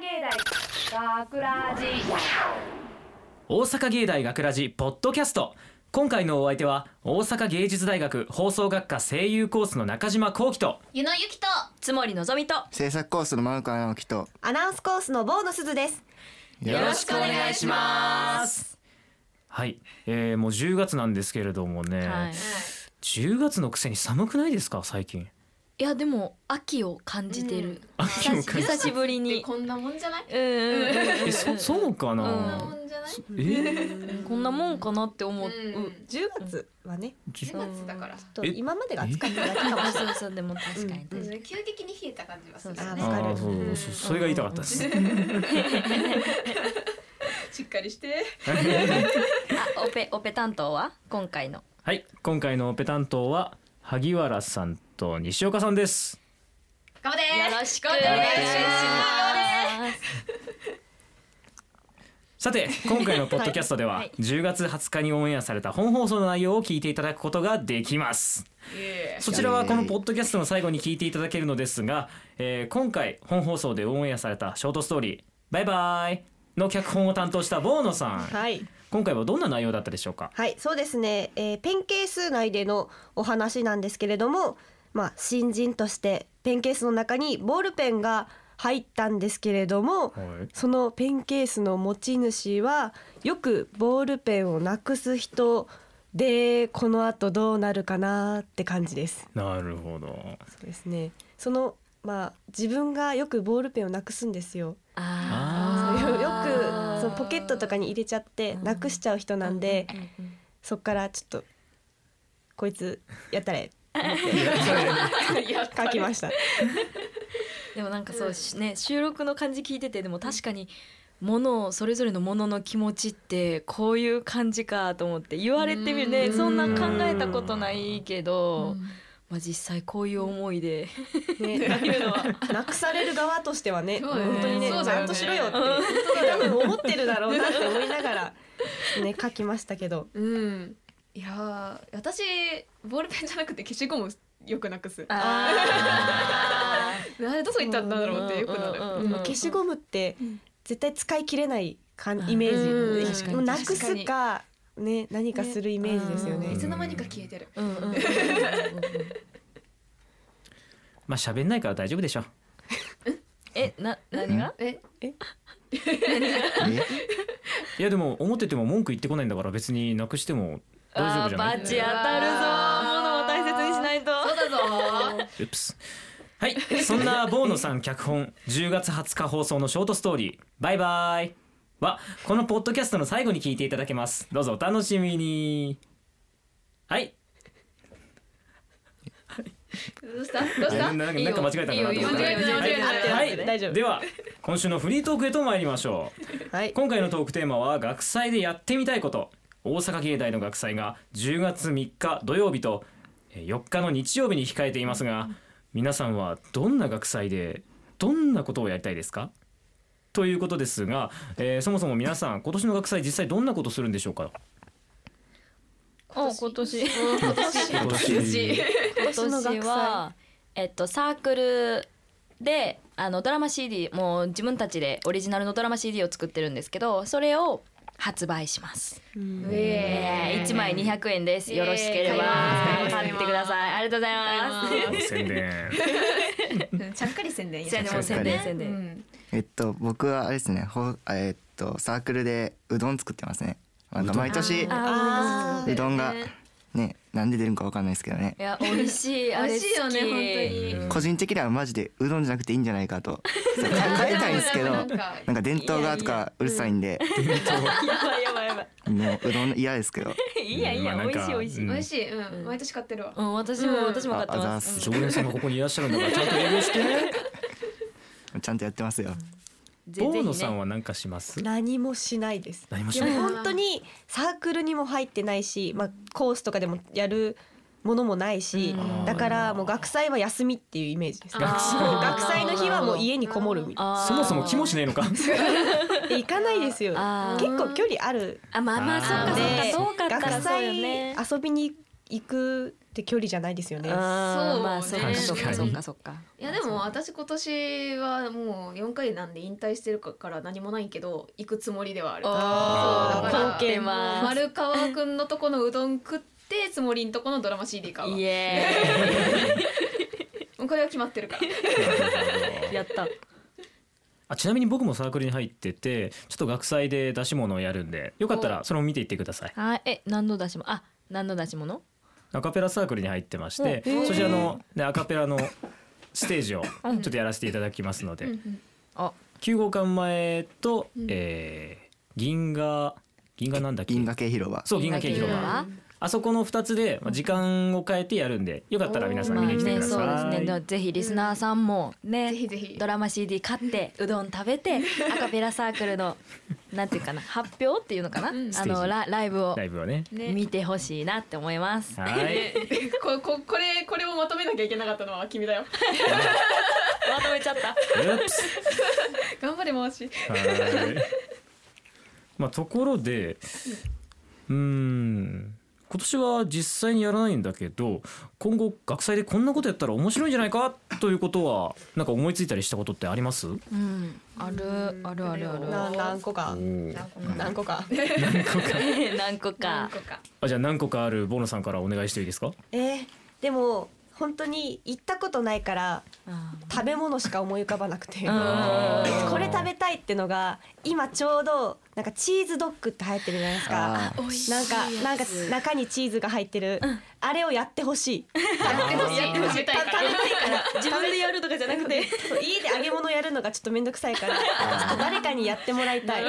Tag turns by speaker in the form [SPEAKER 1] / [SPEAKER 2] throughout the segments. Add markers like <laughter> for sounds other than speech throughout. [SPEAKER 1] 芸大学ラジ
[SPEAKER 2] 大阪芸大学ラジポッドキャスト今回のお相手は大阪芸術大学放送学科声優コースの中島幸喜と
[SPEAKER 3] ゆのゆきと
[SPEAKER 4] つもりのぞみと
[SPEAKER 5] 制作コースのマウカ直樹と
[SPEAKER 6] アナウンスコースのボーノスズです。
[SPEAKER 5] よ
[SPEAKER 4] ろしくお願いします
[SPEAKER 2] はい、えー、もう10月なんですけれどもね、
[SPEAKER 4] はい、
[SPEAKER 2] 10月のくせに寒くないですか最近
[SPEAKER 4] いやでも秋を感じてる、
[SPEAKER 2] 秋を感じ
[SPEAKER 4] 久しぶり
[SPEAKER 3] で
[SPEAKER 4] に
[SPEAKER 3] こんなもんじゃない
[SPEAKER 4] うんうんうん
[SPEAKER 2] えそそうか
[SPEAKER 3] こんなも
[SPEAKER 2] なん
[SPEAKER 3] じゃない
[SPEAKER 2] えー
[SPEAKER 4] こんなもんかなって思う、
[SPEAKER 3] うん
[SPEAKER 6] 10月はね、
[SPEAKER 2] じ
[SPEAKER 3] 10月だから
[SPEAKER 6] と
[SPEAKER 2] え
[SPEAKER 6] 今までが暑かっただけかもし
[SPEAKER 4] そうそうでも確かに確かに、
[SPEAKER 3] 急激に冷えた感じがする
[SPEAKER 6] そう
[SPEAKER 2] あ
[SPEAKER 6] だね
[SPEAKER 3] ね
[SPEAKER 2] ーそうそそれが言いたかった
[SPEAKER 4] <laughs>
[SPEAKER 2] です
[SPEAKER 3] しっかりして
[SPEAKER 4] あオペオペ担当は今回の
[SPEAKER 2] はい今回のオペ担当は萩原さんと西岡さんです
[SPEAKER 3] 頑張れ
[SPEAKER 4] よろしくお
[SPEAKER 3] お願
[SPEAKER 4] 願
[SPEAKER 3] い
[SPEAKER 4] い
[SPEAKER 3] し
[SPEAKER 4] し
[SPEAKER 3] ま
[SPEAKER 4] ます
[SPEAKER 2] さて今回のポッドキャストでは、
[SPEAKER 4] はい
[SPEAKER 2] 10月20日にオンエアされた本放送の内容を聞いていただくことができますそちらはこのポッドキャストの最後に聞いていただけるのですが、えー今回本放送でオンエアされたショートストーリー「バイバイ」の脚本を担当したボーノさん
[SPEAKER 6] れない。はい。
[SPEAKER 2] 今回はどんな内容だったでしょうか
[SPEAKER 6] はい、そうですね、えー、ペンケース内でのお話なんですけれども、まあ、新人としてペンケースの中にボールペンが入ったんですけれど
[SPEAKER 2] は
[SPEAKER 6] も
[SPEAKER 2] い
[SPEAKER 6] そのペンケースの持ち主はよくボールペンをなくす人でこのあとどうなるかなって感じです。
[SPEAKER 2] なるほど
[SPEAKER 6] そうですねそのまあ自分がよくボールペンをなくすんですよ。
[SPEAKER 2] あ
[SPEAKER 6] よ
[SPEAKER 4] ー
[SPEAKER 6] くそのポケットとかに入れちゃって
[SPEAKER 4] うん
[SPEAKER 6] なくしちゃう人なんで、
[SPEAKER 4] うんうんうん
[SPEAKER 6] そっからちょっとこいつやったれ書きま
[SPEAKER 3] <laughs>
[SPEAKER 6] した。
[SPEAKER 4] でもなんかそう、ね収録の感じ聞いててでも確かに物をそれぞれのものの気持ちってこういう感じかと思って言われてみるね
[SPEAKER 3] うん
[SPEAKER 4] そんな考えたことないけど、
[SPEAKER 3] うん
[SPEAKER 4] まあ、実際こういう思いで、 <laughs>
[SPEAKER 6] ね、なくされる側としてはね
[SPEAKER 3] そうだよね
[SPEAKER 6] 本当にね
[SPEAKER 3] そ
[SPEAKER 6] ち
[SPEAKER 3] うだ
[SPEAKER 6] ゃ
[SPEAKER 3] よね
[SPEAKER 6] んとしろよって多分思ってるだろうなって思いながらね書きましたけど。
[SPEAKER 3] うんいやー私ボールペンじゃなくて消しゴムよくなくすあ
[SPEAKER 4] あ
[SPEAKER 3] れどこ行ったんだろうってよくな
[SPEAKER 4] うん
[SPEAKER 3] る
[SPEAKER 4] うんうん
[SPEAKER 3] うん
[SPEAKER 6] 消しゴムって
[SPEAKER 3] うん
[SPEAKER 6] 絶対使い切れないかんイメー
[SPEAKER 3] うん
[SPEAKER 6] ジ
[SPEAKER 4] 確かに
[SPEAKER 6] もうなく
[SPEAKER 3] 確かに
[SPEAKER 6] すかね何かするイメージですよね
[SPEAKER 4] うん
[SPEAKER 3] いつの間にか消えてる
[SPEAKER 4] うんうんうんうんうん
[SPEAKER 2] まあ喋んないから大丈夫でしょ
[SPEAKER 4] えな何が
[SPEAKER 3] え
[SPEAKER 2] いやでも思ってても文句言ってこないんだから別になくしても大丈夫じゃな
[SPEAKER 4] あー
[SPEAKER 2] い
[SPEAKER 4] バチ当たるぞ物を大切にしないと
[SPEAKER 3] そうだぞ
[SPEAKER 2] うっすはいそんなボーノさん脚本10月20日放送のショートストーリー「バイバイ」はこのポッドキャストの最後に聞いていただけますどうぞお楽しみにはい
[SPEAKER 3] どうしたどうし
[SPEAKER 2] な
[SPEAKER 3] た
[SPEAKER 2] んかなんか間違えたかなと思った
[SPEAKER 3] いいよいいよ間違えてない
[SPEAKER 2] は
[SPEAKER 6] 間違えて
[SPEAKER 2] い
[SPEAKER 6] ない
[SPEAKER 2] は
[SPEAKER 6] 大丈
[SPEAKER 2] い
[SPEAKER 6] 夫
[SPEAKER 2] では今週のフリートークへと参りましょう
[SPEAKER 6] はい。
[SPEAKER 2] 今回のトークテーマは学祭でやってみたいこと大阪芸大の学祭が10月3日土曜日とえー4日の日曜日に控えていますが皆さんはどんな学祭でどんなことをやりたいですかということですが、えーそもそも皆さん今年の学祭実際どんなことするんでしょうか
[SPEAKER 4] お今年
[SPEAKER 3] 今年
[SPEAKER 2] 今年
[SPEAKER 4] 今年はえっとサークルであのドラマ CD もう自分たちでオリジナルのドラマ CD を作ってるんですけどそれを発売します。
[SPEAKER 6] うん
[SPEAKER 4] えー、1枚200円です。よろしければ
[SPEAKER 3] えー買
[SPEAKER 4] 買
[SPEAKER 3] います
[SPEAKER 4] ってください。ありがとうございます。
[SPEAKER 2] 宣伝
[SPEAKER 3] うんちゃっかり宣伝
[SPEAKER 4] じゃあでも宣伝宣伝。
[SPEAKER 5] えっと僕はあれですねほえっとサークルでうどん作ってますねあ
[SPEAKER 2] うど
[SPEAKER 5] の
[SPEAKER 2] ん
[SPEAKER 5] 毎年
[SPEAKER 6] あ
[SPEAKER 5] うどんがねなんで出るんかわかんないですけどね
[SPEAKER 4] いや美味しい。あれ好き
[SPEAKER 3] 美味しいよね本当
[SPEAKER 2] に
[SPEAKER 5] 個人的にはマジでうどんじゃなくていいんじゃないかとそう考えたいんですけど
[SPEAKER 3] な
[SPEAKER 5] <laughs> なんん
[SPEAKER 3] か
[SPEAKER 5] か伝統がとかうるさいんで
[SPEAKER 4] やばいやばいやば
[SPEAKER 5] もううどん嫌ですけど
[SPEAKER 4] い。いいやいいや
[SPEAKER 2] まあ
[SPEAKER 4] 美
[SPEAKER 2] なん
[SPEAKER 4] 味
[SPEAKER 2] か
[SPEAKER 4] しい美味しい。
[SPEAKER 3] 美味しいうん毎年買ってるわ
[SPEAKER 4] うん私も私も買って
[SPEAKER 5] あざ
[SPEAKER 4] ま
[SPEAKER 5] っ
[SPEAKER 4] す。
[SPEAKER 5] す
[SPEAKER 2] 常連さんがここにいらっしゃるんだからちゃんと営業して
[SPEAKER 5] ちゃんとやってますよ
[SPEAKER 4] ぜ
[SPEAKER 2] ボー
[SPEAKER 4] ぜ
[SPEAKER 2] ノ
[SPEAKER 4] ひ
[SPEAKER 2] さん
[SPEAKER 4] ね。
[SPEAKER 2] は何かします
[SPEAKER 6] 何もしないです。
[SPEAKER 2] 何もし
[SPEAKER 6] で
[SPEAKER 2] な
[SPEAKER 6] も
[SPEAKER 2] い
[SPEAKER 6] 本当にサークルにも入ってないし、まあ、コースとかでもやるものもないし
[SPEAKER 4] うん
[SPEAKER 6] だからもう学祭は休みっていうイメージですね
[SPEAKER 2] 学祭
[SPEAKER 6] もう学祭の日はもう家にこもるみたい
[SPEAKER 4] あー
[SPEAKER 2] そもそも気もしない
[SPEAKER 6] <laughs>
[SPEAKER 2] のか
[SPEAKER 6] なで行かないですよ
[SPEAKER 4] あー
[SPEAKER 6] 結構距離ある
[SPEAKER 4] あまあまあそ
[SPEAKER 2] あ
[SPEAKER 4] っ
[SPEAKER 2] ー
[SPEAKER 4] かそっかそう
[SPEAKER 6] で
[SPEAKER 4] かったら
[SPEAKER 6] 学
[SPEAKER 4] そうよ
[SPEAKER 6] 祭
[SPEAKER 4] ね。
[SPEAKER 6] 遊びに行くって距離じゃないですよね。
[SPEAKER 4] あーまあそ
[SPEAKER 3] そうう
[SPEAKER 4] か
[SPEAKER 2] ね
[SPEAKER 4] そうかそうかそうか
[SPEAKER 3] いやでも私今年はもう4回なんで引退してるから何もないけど行くつもりではある
[SPEAKER 4] あ
[SPEAKER 2] ー
[SPEAKER 3] そうだから
[SPEAKER 6] 貢献
[SPEAKER 4] ます
[SPEAKER 3] 丸川くんのとこのうどん食ってつもりんとこのドラマ CD 買うわ
[SPEAKER 4] イエ
[SPEAKER 3] もうこれは決まってるから
[SPEAKER 4] ーイやった
[SPEAKER 2] あちなみに僕もサークルに入っててちょっと学祭で出し物をやるんでよかったらそれも見ていってください
[SPEAKER 4] あえ何の出しもあ何の出し物
[SPEAKER 2] アカペラサークルに入ってまして
[SPEAKER 4] うん
[SPEAKER 2] そちらの、ね、アカペラの <laughs> ステージをち
[SPEAKER 4] う
[SPEAKER 2] ょっ
[SPEAKER 4] ん
[SPEAKER 2] とやらせていただきますので、
[SPEAKER 4] あ
[SPEAKER 2] 9号館前と、
[SPEAKER 3] うん
[SPEAKER 2] えー銀河銀河なんだっけ
[SPEAKER 5] 銀河系広場。
[SPEAKER 2] そう銀河系広
[SPEAKER 4] 銀河系広
[SPEAKER 2] 場
[SPEAKER 4] 場
[SPEAKER 2] あそこの2つでまあ時間を変えてやるんでよかったら皆さん
[SPEAKER 4] まあ
[SPEAKER 2] 見に来てく
[SPEAKER 4] ね
[SPEAKER 2] だ
[SPEAKER 4] そうです
[SPEAKER 2] さ
[SPEAKER 4] ね
[SPEAKER 2] い、
[SPEAKER 4] でもぜひリスナーさんもね
[SPEAKER 3] ぜひぜひ
[SPEAKER 4] ドラマ CD 買ってうどん食べ <laughs> てアカペラサークルのなんていうかな発表っていうのかな
[SPEAKER 3] うん
[SPEAKER 4] あ
[SPEAKER 2] ステー
[SPEAKER 4] の
[SPEAKER 2] ジ
[SPEAKER 4] ラライブを
[SPEAKER 2] ライブをね
[SPEAKER 3] ね
[SPEAKER 4] 見てほしいなって思います
[SPEAKER 2] は
[SPEAKER 3] ね
[SPEAKER 4] <laughs>
[SPEAKER 2] い
[SPEAKER 3] こ <laughs> ここれこれをまとめなきゃいけなかったのは君だよ
[SPEAKER 4] まとめちゃった
[SPEAKER 2] うっす
[SPEAKER 3] <laughs> 頑張れ回し
[SPEAKER 2] はい。まあところで、うーん。今年は実際にやらないんだけど今後学祭でこんなことやったら面白いんじゃないかということはなんか思いついたりしたことってあります
[SPEAKER 4] うんあるあるあるある
[SPEAKER 6] な何個か
[SPEAKER 3] 何個
[SPEAKER 6] 何個か。
[SPEAKER 4] <laughs> 何個
[SPEAKER 3] か
[SPEAKER 4] か
[SPEAKER 3] 何個か
[SPEAKER 2] あじゃあ何個かあるボノさんからお願いしていいですか
[SPEAKER 6] えーでも本当に行ったことないから
[SPEAKER 4] あ
[SPEAKER 6] 食べ物しか思い浮かばなくて。
[SPEAKER 4] うんあー
[SPEAKER 6] これ食べたいってのが今ちょうどなんかチーズドッグって流行ってるじゃないですか。
[SPEAKER 5] あー
[SPEAKER 6] なんかなんか中にチーズが入ってる、あれをやってほしい。
[SPEAKER 3] やってほしい
[SPEAKER 6] た食べたいから
[SPEAKER 4] <laughs> 自分でやるとかじゃなく
[SPEAKER 3] <laughs>
[SPEAKER 4] て
[SPEAKER 6] 家で揚げ物やるのがちょっと面倒くさいからちょっと誰かにやってもらいたい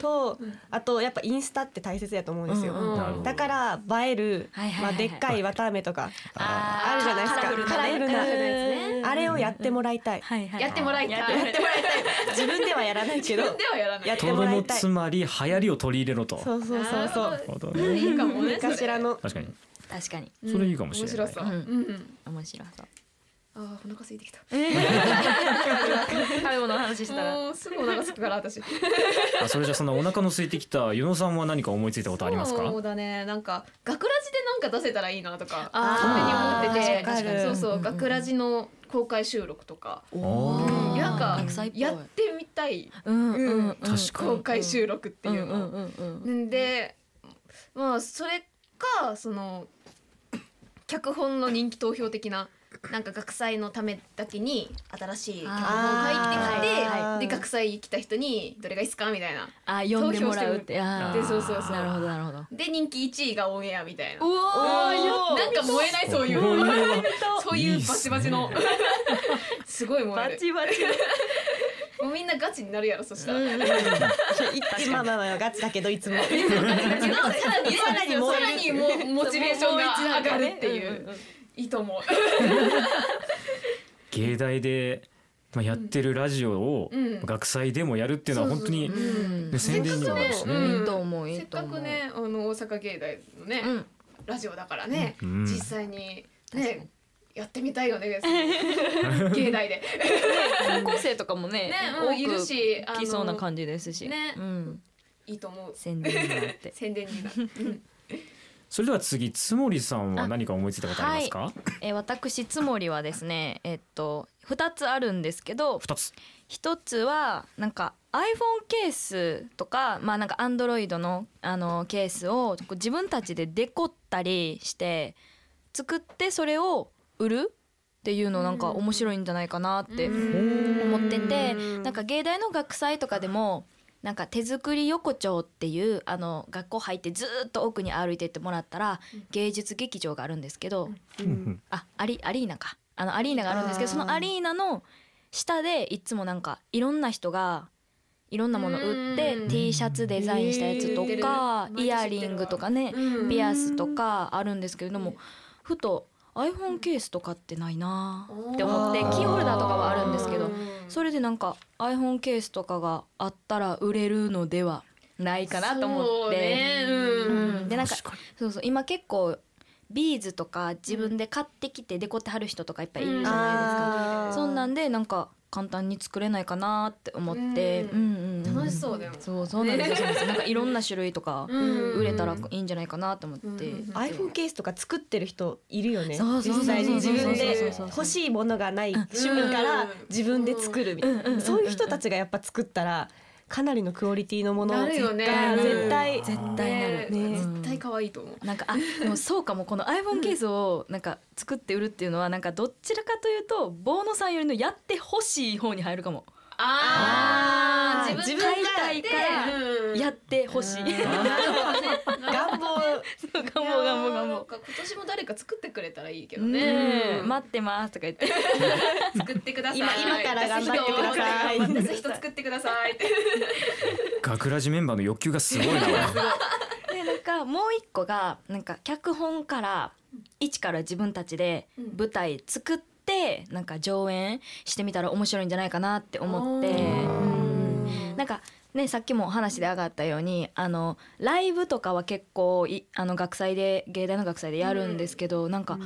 [SPEAKER 6] とあとやっぱインスタって大切だと思うんですよ、
[SPEAKER 4] うんうん
[SPEAKER 2] なるほど
[SPEAKER 6] だから映える、
[SPEAKER 4] はいはい
[SPEAKER 6] ま
[SPEAKER 4] はいは
[SPEAKER 6] あ、
[SPEAKER 4] い
[SPEAKER 6] でっかい綿あめとか
[SPEAKER 4] あ
[SPEAKER 6] ーあるじゃないですか
[SPEAKER 4] カラフルなね
[SPEAKER 6] カラフルな
[SPEAKER 4] やつね
[SPEAKER 6] あれをやってもらいたい
[SPEAKER 4] はいはい
[SPEAKER 3] やってもらいたい
[SPEAKER 4] や
[SPEAKER 3] や
[SPEAKER 4] っ
[SPEAKER 3] ってて
[SPEAKER 4] も
[SPEAKER 3] も
[SPEAKER 4] ら
[SPEAKER 3] ら
[SPEAKER 4] い
[SPEAKER 3] い
[SPEAKER 4] た
[SPEAKER 3] た
[SPEAKER 4] い
[SPEAKER 3] い
[SPEAKER 6] 自分ではやらないけど
[SPEAKER 3] 自分ではやらない
[SPEAKER 6] やって
[SPEAKER 2] と
[SPEAKER 6] も
[SPEAKER 2] ど
[SPEAKER 6] ら
[SPEAKER 2] の
[SPEAKER 6] いたい
[SPEAKER 2] つ
[SPEAKER 6] そう
[SPEAKER 2] まり流行りを取り入れろとな
[SPEAKER 6] そうそうそう
[SPEAKER 2] るほど
[SPEAKER 3] うん
[SPEAKER 2] ね
[SPEAKER 3] いいかもね
[SPEAKER 6] 何かしらの
[SPEAKER 2] 確かに
[SPEAKER 4] 確かに
[SPEAKER 2] それいいかもしれない
[SPEAKER 3] 面白
[SPEAKER 4] う
[SPEAKER 3] そう、うんうん、
[SPEAKER 4] 面白そう
[SPEAKER 3] あーお腹空いてきた
[SPEAKER 4] 食べ物の話したら
[SPEAKER 3] もうすぐお腹空くから私
[SPEAKER 2] あそれじゃあそんなお腹の空いてきた与野さんは何か思いついたことありますか
[SPEAKER 3] そうだねなんか学ラジでなんか出せたらいいなとか
[SPEAKER 4] あ
[SPEAKER 6] ー
[SPEAKER 3] 勝手に思ってて
[SPEAKER 6] わかる
[SPEAKER 3] そうそう、
[SPEAKER 4] うんうんうん
[SPEAKER 3] 学ラジの公開収録とか
[SPEAKER 2] おー
[SPEAKER 3] なんか
[SPEAKER 4] 学祭っぽい
[SPEAKER 3] やってみたい
[SPEAKER 4] うんうんうん
[SPEAKER 2] 確か
[SPEAKER 3] 公開収録っていうの、
[SPEAKER 4] んうんうんうん
[SPEAKER 3] んでまあそれかその脚本の人気投票的ななんか学祭のためだけに新しい脚本
[SPEAKER 4] あ
[SPEAKER 3] 入
[SPEAKER 4] ー
[SPEAKER 3] ってきて、
[SPEAKER 6] はいはい
[SPEAKER 3] で学祭来た人にどれがいいっすかみたいな
[SPEAKER 4] あ読んでもらうってあー
[SPEAKER 3] でそうそうそう
[SPEAKER 4] なるほどなるほどう
[SPEAKER 3] で人気1位がオンエアみたいな。
[SPEAKER 4] おー
[SPEAKER 3] なんか燃えないそうい
[SPEAKER 2] おー
[SPEAKER 3] う
[SPEAKER 2] た
[SPEAKER 3] そういうバチバチの
[SPEAKER 2] い
[SPEAKER 3] <laughs> すごい燃える
[SPEAKER 4] バチ
[SPEAKER 3] <laughs> もうみんなガチになるやろそしたら、
[SPEAKER 6] そう
[SPEAKER 3] <laughs>
[SPEAKER 6] まあまあまあガチだけどいつも
[SPEAKER 3] さらにさらに
[SPEAKER 6] 燃
[SPEAKER 3] さらにもうモチベーションが上がるってい
[SPEAKER 4] もう一段
[SPEAKER 3] ういいと思う
[SPEAKER 2] 芸大で、まあ、やってるラジオを
[SPEAKER 3] うん
[SPEAKER 2] 学祭でもやるっていうのは本当に、
[SPEAKER 3] そう
[SPEAKER 4] う
[SPEAKER 3] そうそ
[SPEAKER 4] ん
[SPEAKER 2] ね、宣伝にもなるしね。
[SPEAKER 3] うん
[SPEAKER 4] いいと思うい
[SPEAKER 3] せ
[SPEAKER 4] い
[SPEAKER 3] っ
[SPEAKER 4] と
[SPEAKER 3] か
[SPEAKER 4] 思う
[SPEAKER 3] くねあの大阪芸大のね、
[SPEAKER 4] うん
[SPEAKER 3] ラジオだからね、
[SPEAKER 2] うん
[SPEAKER 3] 実際に
[SPEAKER 4] 確かに
[SPEAKER 3] ねやってみたいよ <laughs> ね芸大で
[SPEAKER 4] 高校生とかもね
[SPEAKER 3] ね、うん、い
[SPEAKER 4] 多
[SPEAKER 3] る
[SPEAKER 4] く
[SPEAKER 3] しあの
[SPEAKER 4] 来そうな感じですし
[SPEAKER 3] ね
[SPEAKER 4] うん
[SPEAKER 3] いいと思う
[SPEAKER 4] 宣伝になって
[SPEAKER 3] 宣伝になる、うん
[SPEAKER 2] それでは次、つもりさんは
[SPEAKER 4] あ
[SPEAKER 2] 何か思いついたことありますか。
[SPEAKER 4] えー私つもりはですねえっと二つあるんですけど
[SPEAKER 2] 二つ。
[SPEAKER 4] 一つはなんか iPhone ケースとかまあなんか Android のあのケースをこう自分たちでデコったりして作ってそれを売るっていうのなんか面白いんじゃないかなって思っててなんか芸大の学祭とかでもなんか手作り横丁っていうあの学校入ってずーっと奥に歩いてってもらったら芸術劇場があるんですけど
[SPEAKER 2] うん
[SPEAKER 4] あアリアリーナかあのアリーナがあるんですけど
[SPEAKER 6] あー
[SPEAKER 4] そのアリーナの下でいつもなんかいろんな人がいろんなもの売って
[SPEAKER 3] うん
[SPEAKER 4] T シャツデザインしたやつと
[SPEAKER 3] え
[SPEAKER 4] か、
[SPEAKER 3] ー
[SPEAKER 4] イヤリングとかね、
[SPEAKER 3] <laughs> うん
[SPEAKER 4] ピアスとかあるんですけれども、ふと iPhone ケースとかってないなーって思って
[SPEAKER 6] あー
[SPEAKER 4] キーホルダーとかはあるんですけ
[SPEAKER 3] う
[SPEAKER 4] ど
[SPEAKER 3] ん
[SPEAKER 4] それでなんか iPhone ケースとかがあったら売れるのではないかなと思って。
[SPEAKER 3] そうねうん
[SPEAKER 4] うんでなんかそうそう今結構ビーズとか自分で買ってきてデコってはる人とかいっぱいいるじゃないですか、
[SPEAKER 6] あー
[SPEAKER 4] そんなんでなんか簡単に作れないかなって思って、
[SPEAKER 3] う
[SPEAKER 4] うんうん、
[SPEAKER 3] 楽しそうだよ
[SPEAKER 4] そうそうなんですよ、そう
[SPEAKER 3] <laughs>
[SPEAKER 4] なんですよなんかいろんな種類とか
[SPEAKER 3] うん
[SPEAKER 4] 売れたらいいんじゃないかなと思って、
[SPEAKER 3] うん
[SPEAKER 6] iPhone ケースとか作ってる人いるよね
[SPEAKER 4] そうそうそうそう
[SPEAKER 6] 実際に自分で
[SPEAKER 4] そうそうそうそう
[SPEAKER 6] 欲しいものがない趣味から自分で作るみたいなそういう人たちがやっぱ作ったらかなりのクオリティのもの
[SPEAKER 3] な
[SPEAKER 6] を
[SPEAKER 3] るよね
[SPEAKER 6] が絶対
[SPEAKER 4] 絶対なる、
[SPEAKER 6] ね
[SPEAKER 4] うん
[SPEAKER 3] 絶対可愛いと思う
[SPEAKER 4] なんかあでもそうかもこの iPhone ケースをなんか作って売るっていうのはなんかどちらかというとボーノさんよりのやってほしい方に入るかも、
[SPEAKER 3] あ
[SPEAKER 6] ー
[SPEAKER 3] 自分が
[SPEAKER 4] 買いたいからやってほしいそう願望願望
[SPEAKER 6] 願望
[SPEAKER 4] 願
[SPEAKER 3] なん
[SPEAKER 4] 望
[SPEAKER 3] か今年も誰か作ってくれたらいいけどね
[SPEAKER 4] ね、待ってますとか言
[SPEAKER 3] <laughs>
[SPEAKER 4] って
[SPEAKER 3] 作ってください
[SPEAKER 6] 今今から頑張ってください
[SPEAKER 3] 出す人作ってくださいって
[SPEAKER 2] 学ラジメンバーの欲求がすごいな
[SPEAKER 4] でなんかもう一個がなんか脚本から一から自分たちで
[SPEAKER 3] うん
[SPEAKER 4] 舞台作ってなんか上演してみたら面白いんじゃないかなって思ってうんなんかねさっきもお話で上がったようにあのライブとかは結構いあの学祭で芸大の学祭でやるんですけど、なんか、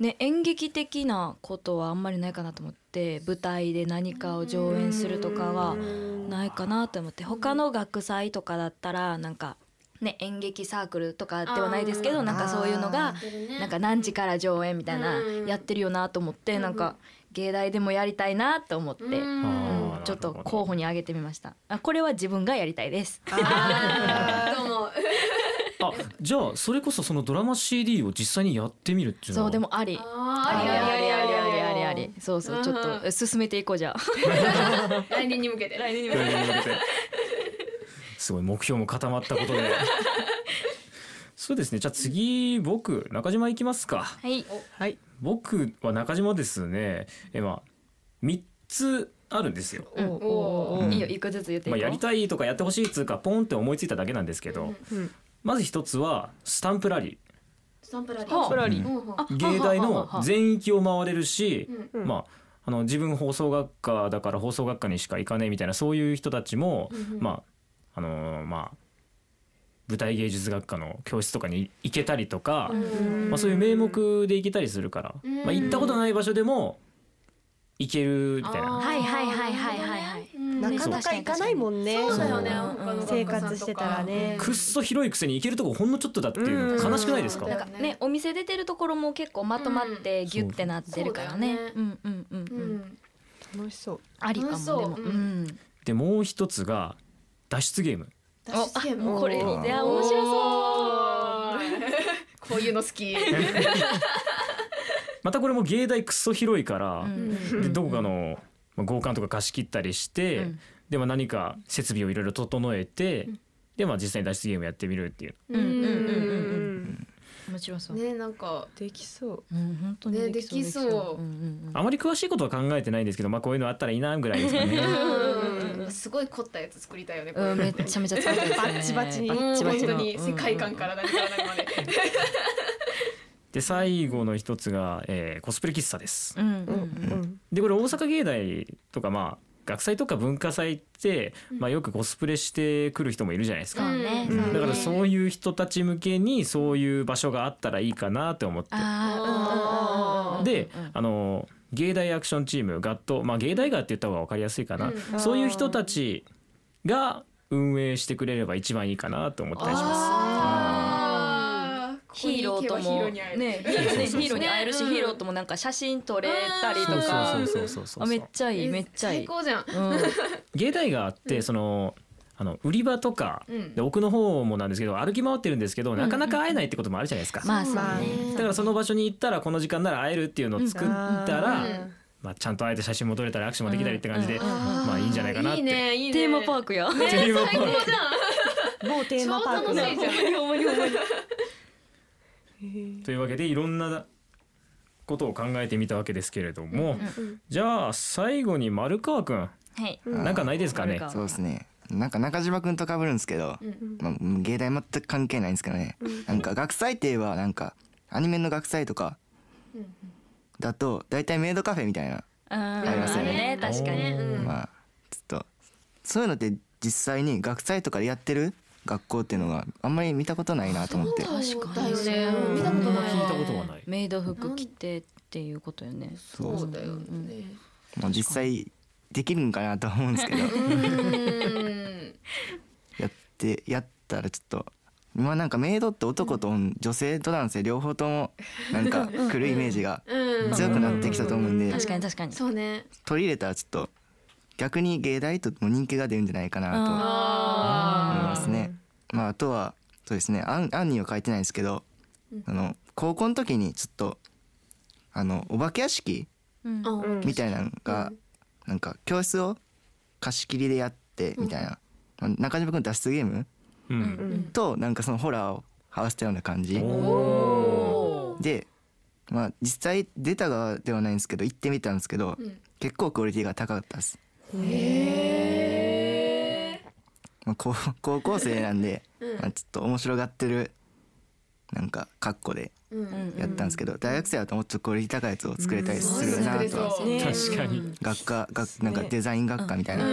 [SPEAKER 4] ね、演劇的なことはあんまりないかなと思って舞台で何かを上演するとかは。ないかなと思って他の学祭とかだったらなんか、ね、演劇サークルとかではないですけ
[SPEAKER 3] あ
[SPEAKER 4] ど
[SPEAKER 3] ー
[SPEAKER 4] なんかそういうのがなんか何時から上演みたいな
[SPEAKER 3] うん
[SPEAKER 4] やってるよなと思ってなんか芸大でもやりたいなと思って。うん
[SPEAKER 2] あー
[SPEAKER 4] ちょっと
[SPEAKER 2] なるほど
[SPEAKER 4] 候補に挙げてみました。あ、これは自分がやりたいです。
[SPEAKER 3] あーどうも
[SPEAKER 2] あじゃあそれこそそのドラマ CD を実際にやってみるっていうの
[SPEAKER 4] そ
[SPEAKER 2] は
[SPEAKER 4] うでもあり。
[SPEAKER 3] ありありありありありあり
[SPEAKER 4] そうそうちょっ
[SPEAKER 3] うん
[SPEAKER 4] とえ進めていこうじゃあ。
[SPEAKER 3] 来年に向けて来年に向けて
[SPEAKER 2] 来年に向けて <laughs> すごい目標も固まったことでそうですねじゃあ次僕中島行きますか
[SPEAKER 4] <laughs> はい。
[SPEAKER 6] はい
[SPEAKER 2] 僕は中島ですねえまあ3つあるんですよ
[SPEAKER 6] おうおうおう
[SPEAKER 4] いいよ一個ずつ言ってい
[SPEAKER 2] ま
[SPEAKER 4] こ
[SPEAKER 2] あ、や
[SPEAKER 4] う。
[SPEAKER 2] りたいとかやってほしいっつうかポンって思いついただけなんですけど、
[SPEAKER 6] うん
[SPEAKER 2] まず一つはスタンプラリ
[SPEAKER 3] スタンプラリ
[SPEAKER 4] スタンプ
[SPEAKER 2] ラリー
[SPEAKER 3] ー
[SPEAKER 2] ー芸大
[SPEAKER 4] ははは
[SPEAKER 2] の
[SPEAKER 4] はは
[SPEAKER 2] 全域を回れるし、
[SPEAKER 6] うん
[SPEAKER 2] まああの自分放送学科だから放送学科にしか行かねえみたいなそういう人たちも、まああのーまあ舞台芸術学科の教室とかに行けたりとか、まあ、そういう名目で行けたりするから、
[SPEAKER 3] ん
[SPEAKER 2] まあ、行ったことない場所でも行けるみたいな。
[SPEAKER 4] はいはいはいはいはいはい。
[SPEAKER 6] なかなか行かないもんね
[SPEAKER 3] そうだよね
[SPEAKER 4] そう
[SPEAKER 3] 他の
[SPEAKER 6] 生活してたらね
[SPEAKER 2] くっそ広いくせに行けるとこほんのちょっとだっていうの悲しくないですか、
[SPEAKER 3] うん
[SPEAKER 4] なんかねお店出てるところも結構まとまってギュってなってるからね。
[SPEAKER 3] う
[SPEAKER 4] うんうんうん
[SPEAKER 3] う
[SPEAKER 4] うん。
[SPEAKER 3] ん
[SPEAKER 6] 楽しそう
[SPEAKER 4] ありかも
[SPEAKER 3] 楽し
[SPEAKER 4] で
[SPEAKER 3] そう
[SPEAKER 4] も。
[SPEAKER 3] うん
[SPEAKER 4] うん。
[SPEAKER 2] でもう一つが脱出ゲーム
[SPEAKER 3] 脱出ゲーム
[SPEAKER 4] おこれにいや面白そう。
[SPEAKER 3] こういうの好き
[SPEAKER 2] またこれも芸大クソ広いから、
[SPEAKER 4] うん
[SPEAKER 2] でどこかのまあ豪館とか貸し切ったりして、
[SPEAKER 4] うん
[SPEAKER 2] でも何か設備をいろいろ整えて、でまあ実際に脱出ゲームやってみるっていう
[SPEAKER 4] うんうんうんう
[SPEAKER 6] うん
[SPEAKER 4] うん。
[SPEAKER 6] ん
[SPEAKER 4] 面白そう。
[SPEAKER 3] <laughs> ねなんか
[SPEAKER 6] できそう
[SPEAKER 4] うん本当
[SPEAKER 3] ね
[SPEAKER 4] に
[SPEAKER 3] できそう
[SPEAKER 4] うんうん
[SPEAKER 2] あまり詳しいことは考えてないんですけど、まあ、こういうのあったらいいなぐらいですか
[SPEAKER 4] <laughs>
[SPEAKER 2] ね
[SPEAKER 3] すごい凝ったやつ作りたいよねこ
[SPEAKER 4] うん。
[SPEAKER 3] れ
[SPEAKER 4] うんめっちゃめちゃ使ってますね。
[SPEAKER 6] バッチバチに
[SPEAKER 4] バ
[SPEAKER 3] もう
[SPEAKER 4] ッチバ
[SPEAKER 3] 本
[SPEAKER 4] チ
[SPEAKER 3] 当
[SPEAKER 4] の
[SPEAKER 3] に世界観
[SPEAKER 4] うん
[SPEAKER 3] から何から何 <laughs> まで
[SPEAKER 2] で最後の一つが、えーコスプレ喫茶です
[SPEAKER 4] うんうんう
[SPEAKER 6] うん
[SPEAKER 4] ん。
[SPEAKER 2] でこれ大阪芸大とかまあ学祭とか文化祭って、まあ、よくコスプレしてくる人もいるじゃないです
[SPEAKER 4] そ
[SPEAKER 2] か、
[SPEAKER 4] うね。
[SPEAKER 6] うん
[SPEAKER 4] そうね
[SPEAKER 2] だからそういう人たち向けにそういう場所があったらいいかなって思って
[SPEAKER 4] ああ。
[SPEAKER 2] で、
[SPEAKER 4] うんうん
[SPEAKER 2] あの芸大アクションチームガット、まあ、芸大ガーって言った方が分かりやすいかな、
[SPEAKER 3] う
[SPEAKER 2] そういう人たちが運営してくれれば一番いいかなと思ったりします。
[SPEAKER 3] あー
[SPEAKER 4] ヒーローと
[SPEAKER 3] ここに行け
[SPEAKER 4] も
[SPEAKER 3] ばヒーローに会え
[SPEAKER 4] ね
[SPEAKER 3] る
[SPEAKER 4] ねヒーローに会えるし、
[SPEAKER 3] ねうん
[SPEAKER 4] ヒーローともなんか写真撮れたりとか
[SPEAKER 2] そうそうそうそう
[SPEAKER 4] あ
[SPEAKER 2] そ
[SPEAKER 4] め
[SPEAKER 2] う
[SPEAKER 4] っちゃいい
[SPEAKER 3] え
[SPEAKER 4] めっちゃい
[SPEAKER 3] 最
[SPEAKER 4] い。
[SPEAKER 3] 高じゃん
[SPEAKER 4] うん
[SPEAKER 2] 芸大ガーってその、あの売り場とか、
[SPEAKER 3] うん
[SPEAKER 2] で奥の方もなんですけど歩き回ってるんですけどなかなか会えないってこともあるじゃないですか、
[SPEAKER 4] まあそう
[SPEAKER 6] まあ
[SPEAKER 4] ね。
[SPEAKER 2] だからその場所に行ったらこの時間なら会えるっていうのを作ったら、
[SPEAKER 3] うん
[SPEAKER 2] まあ、ちゃんと会えて写真も撮れたりアクションもできたりって感じで、
[SPEAKER 4] うん
[SPEAKER 2] まあいいんじゃないかなって
[SPEAKER 3] いいねいいね
[SPEAKER 4] テーマパー
[SPEAKER 3] ー
[SPEAKER 4] クや。
[SPEAKER 2] テレビも
[SPEAKER 6] 某テーマパーク
[SPEAKER 3] 超
[SPEAKER 6] の
[SPEAKER 3] 楽しいじゃん
[SPEAKER 2] というわけでいろんなことを考えてみたわけですけれども、じゃあ最後に丸川くん
[SPEAKER 4] はい。
[SPEAKER 2] なんかないですかね
[SPEAKER 4] 丸川
[SPEAKER 5] そうですねなんか中島くんと被るんですけど、
[SPEAKER 3] ん
[SPEAKER 5] まあ、芸大全く関係ないんですけどね、なんか学祭って言えばなんかアニメの学祭とか
[SPEAKER 3] うん
[SPEAKER 5] だと大体メイドカフェみたいな、
[SPEAKER 4] あ
[SPEAKER 5] りますよ
[SPEAKER 4] ね
[SPEAKER 5] ね
[SPEAKER 4] 確かに。
[SPEAKER 3] うん
[SPEAKER 5] まあちょっとそういうのって実際に学祭とかでやってる学校っていうのがあんまり見たことないなと思って
[SPEAKER 3] 確かにそうだよね
[SPEAKER 4] うん
[SPEAKER 3] 見たことない
[SPEAKER 2] 聞いたことがない
[SPEAKER 4] メイド服着てっていうことよね。
[SPEAKER 5] そう
[SPEAKER 3] そうだよね
[SPEAKER 5] まあ、実際できるんかなとは思うんですけど
[SPEAKER 3] うん
[SPEAKER 5] <laughs> やってやったらちょっと今なんかメイドって男と女女性と男性両方ともなんか来るイメージが
[SPEAKER 3] うん
[SPEAKER 5] 強くなってきたと思うんで
[SPEAKER 4] 確かに確かに
[SPEAKER 3] そうね
[SPEAKER 5] 取り入れたらちょっと逆に芸大とも人気が出るんじゃないかなと思い
[SPEAKER 4] あ
[SPEAKER 5] ますね。まああとはそうですね「アンアンニー」は書いてないんですけどあの高校の時にちょっとあのお化け屋敷
[SPEAKER 4] うん
[SPEAKER 3] あー
[SPEAKER 5] みたいなのがなんか教室を貸し切りでやってみたいな、まあ中島君脱出ゲーム
[SPEAKER 2] うん
[SPEAKER 5] となんかそのホラーを合わせたような感じ
[SPEAKER 3] お
[SPEAKER 5] で、まあ、実際出た側ではないんですけど行ってみたんですけど、
[SPEAKER 3] ん
[SPEAKER 5] 結構クオリティが高かったです。まあ、高 <laughs> 高校生なんで、まあ、ちょっと面白がってるなんか格好で
[SPEAKER 3] うん
[SPEAKER 5] やったんですけど、大学生だともっとクオリティ高いやつを作れたりするなとは、
[SPEAKER 3] そうね
[SPEAKER 2] 確かに
[SPEAKER 5] 学科学なんかデザイン学科みたいな、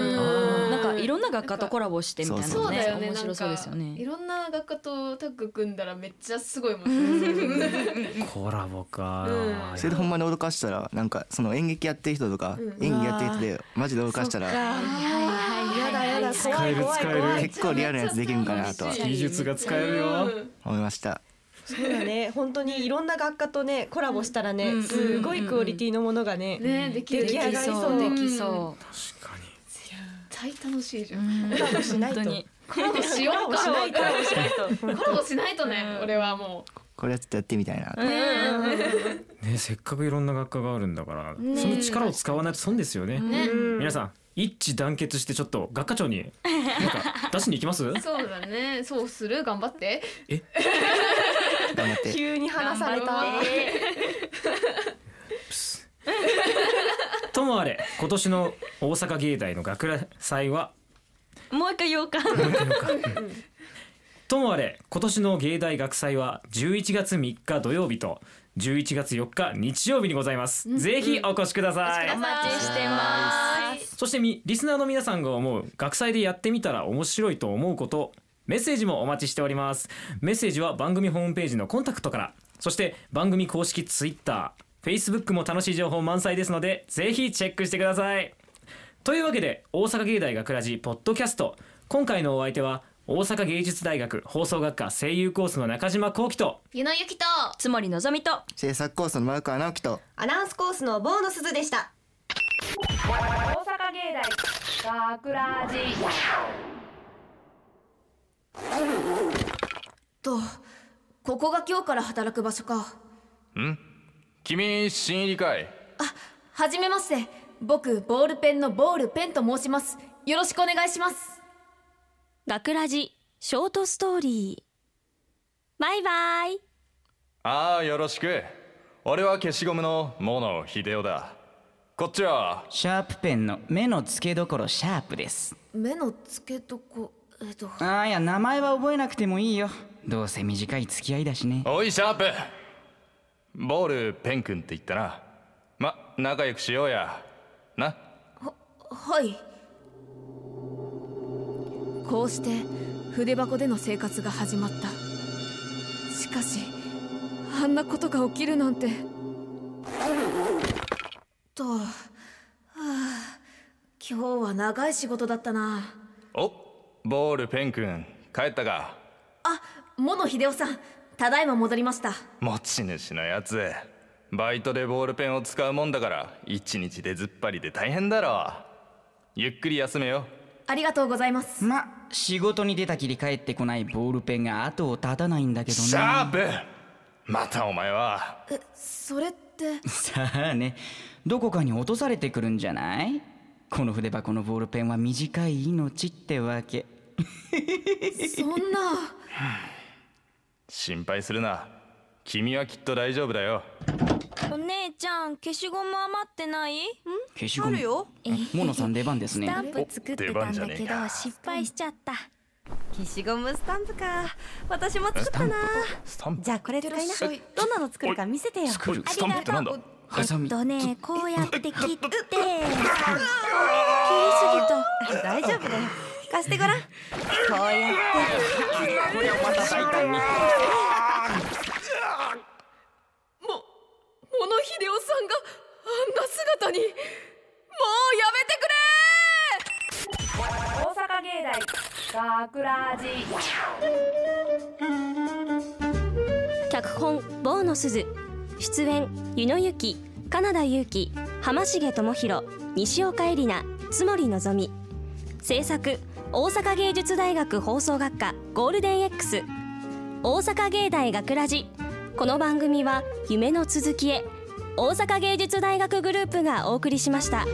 [SPEAKER 4] なんかいろんな学科とコラボしてみたいな
[SPEAKER 3] そ
[SPEAKER 4] の
[SPEAKER 3] う
[SPEAKER 4] ね
[SPEAKER 3] だよね
[SPEAKER 4] 面白そうですよ
[SPEAKER 3] なんかい
[SPEAKER 4] ね
[SPEAKER 3] ろんな学科とタッグ組んだらめっちゃすごいもんね
[SPEAKER 2] コラボか、
[SPEAKER 3] うん
[SPEAKER 5] それでほんまに脅かしたらなんかその演劇やってる人とか、
[SPEAKER 3] うん
[SPEAKER 5] 演技やってる人でマジで脅かしたら
[SPEAKER 6] やだやだ怖
[SPEAKER 2] 使え
[SPEAKER 6] い
[SPEAKER 2] る
[SPEAKER 6] 怖い
[SPEAKER 2] 使える
[SPEAKER 6] 怖い。
[SPEAKER 5] 結構リアルなやつできるんかなとは
[SPEAKER 2] 技術が使えるよ
[SPEAKER 3] うん
[SPEAKER 5] 思いました。
[SPEAKER 6] そうだね本当にいろんな学科とねコラボしたらね、
[SPEAKER 4] うん
[SPEAKER 6] すごいクオリティのものがね、
[SPEAKER 3] ねでき
[SPEAKER 6] 出来上がりそう
[SPEAKER 4] できそ
[SPEAKER 2] 確かに
[SPEAKER 3] 絶対楽しいじゃ
[SPEAKER 4] う、うんん、
[SPEAKER 6] コラボしない
[SPEAKER 4] 本当
[SPEAKER 6] と
[SPEAKER 4] に
[SPEAKER 3] コラボしようか
[SPEAKER 6] コラボしないと
[SPEAKER 3] コラボしないとね俺はも
[SPEAKER 5] これはちょっとやってみたいなと、
[SPEAKER 2] ねせっかくいろんな学科があるんだから、
[SPEAKER 4] ね
[SPEAKER 2] その力を使わないと損ですよね、
[SPEAKER 3] うね
[SPEAKER 6] うん
[SPEAKER 2] 皆さん一致団結してちょっと学科長になんか出しに行きます
[SPEAKER 3] そうだねそうする頑張って
[SPEAKER 5] 頑張って
[SPEAKER 3] <laughs>
[SPEAKER 6] 急に話された
[SPEAKER 3] 頑張ろう
[SPEAKER 2] ともあれ今年の大阪芸大の学祭は
[SPEAKER 4] もう一回言おうか
[SPEAKER 2] ともあれ今年の芸大学祭は11月3日土曜日と11月4日日曜日にございます、ぜひお越しください、
[SPEAKER 3] お待ちしてます
[SPEAKER 2] そしてみリスナーの皆さんが思う学祭でやってみたら面白いと思うことメッセージもお待ちしておりますメッセージは番組ホームページのコンタクトからそして番組公式ツイッター Facebook も楽しい情報満載ですのでぜひチェックしてくださいというわけで大阪芸大学ラジポッドキャスト今回のお相手は大阪芸術大学放送学科声優コースの中島幸喜と
[SPEAKER 3] 湯のゆきと
[SPEAKER 4] つもりのぞみと
[SPEAKER 5] 制作コースの丸川直樹と
[SPEAKER 6] アナウンスコースのボーノスズでした
[SPEAKER 1] 大阪芸大学ラジ
[SPEAKER 7] とここが今日から働く場所か
[SPEAKER 8] 君新入りかい
[SPEAKER 7] はじめまして僕ボールペンのボールペンと申しますよろしくお願いします
[SPEAKER 9] 学ラジショートストーリーバイバイ
[SPEAKER 8] ああよろしく俺は消しゴムのモノ秀夫だこっちは
[SPEAKER 10] シャープペンの目の付けどころシャープです
[SPEAKER 7] 目の付けどこえっと
[SPEAKER 10] ああいや名前は覚えなくてもいいよどうせ短い付き合いだしね
[SPEAKER 8] おいシャープボールペン君って言ったなま仲良くしようやな
[SPEAKER 7] はいこうして筆箱での生活が始まったしかしあんなことが起きるなんてとはあ今日は長い仕事だったな
[SPEAKER 8] おボールペン君帰ったか
[SPEAKER 7] あモノ秀夫さんただいま戻りました
[SPEAKER 8] 持ち主のやつバイトでボールペンを使うもんだから一日でずっぱりで大変だろゆっくり休めよ
[SPEAKER 7] ありがとうございます
[SPEAKER 10] ま仕事に出たきり帰ってこないボールペンが後を絶たないんだけどね
[SPEAKER 8] シャープまたお前は
[SPEAKER 7] それって
[SPEAKER 10] さあねどこかに落とされてくるんじゃないこの筆箱のボールペンは短い命ってわけ
[SPEAKER 7] そんな
[SPEAKER 8] 心配するな君はきっと大丈夫だよ
[SPEAKER 9] お姉ちゃん消しゴム余ってない
[SPEAKER 10] 消しゴムあるよモノさん出番ですね
[SPEAKER 9] スタンプ作ってた
[SPEAKER 8] 出
[SPEAKER 9] んだ
[SPEAKER 8] 番
[SPEAKER 9] け
[SPEAKER 8] じ
[SPEAKER 9] ど
[SPEAKER 8] ゃねえか
[SPEAKER 9] 失敗しちゃった
[SPEAKER 11] 消しゴムスタンプか私も作ったな
[SPEAKER 8] スタンプ
[SPEAKER 11] じゃあこれ使いな
[SPEAKER 8] スタンプ
[SPEAKER 11] どんなの作るか見せてよ
[SPEAKER 8] 作るスタンプってなんだ
[SPEAKER 10] ハサミ
[SPEAKER 9] とねこうやって切って切りすぎた
[SPEAKER 11] 大丈夫だよ貸してごらんこうやって
[SPEAKER 7] モノ秀夫さんがあんな姿にやめてくれ
[SPEAKER 1] 大阪芸大学ラジ
[SPEAKER 9] 脚本「ボーノスズ」出演湯野由紀金田裕貴浜重智弘西岡絵里奈津森のぞみ制作大阪芸術大学放送学科ゴールデン X 大阪芸大学ラジこの番組は夢の続きへ大阪芸術大学グループがお送りしました。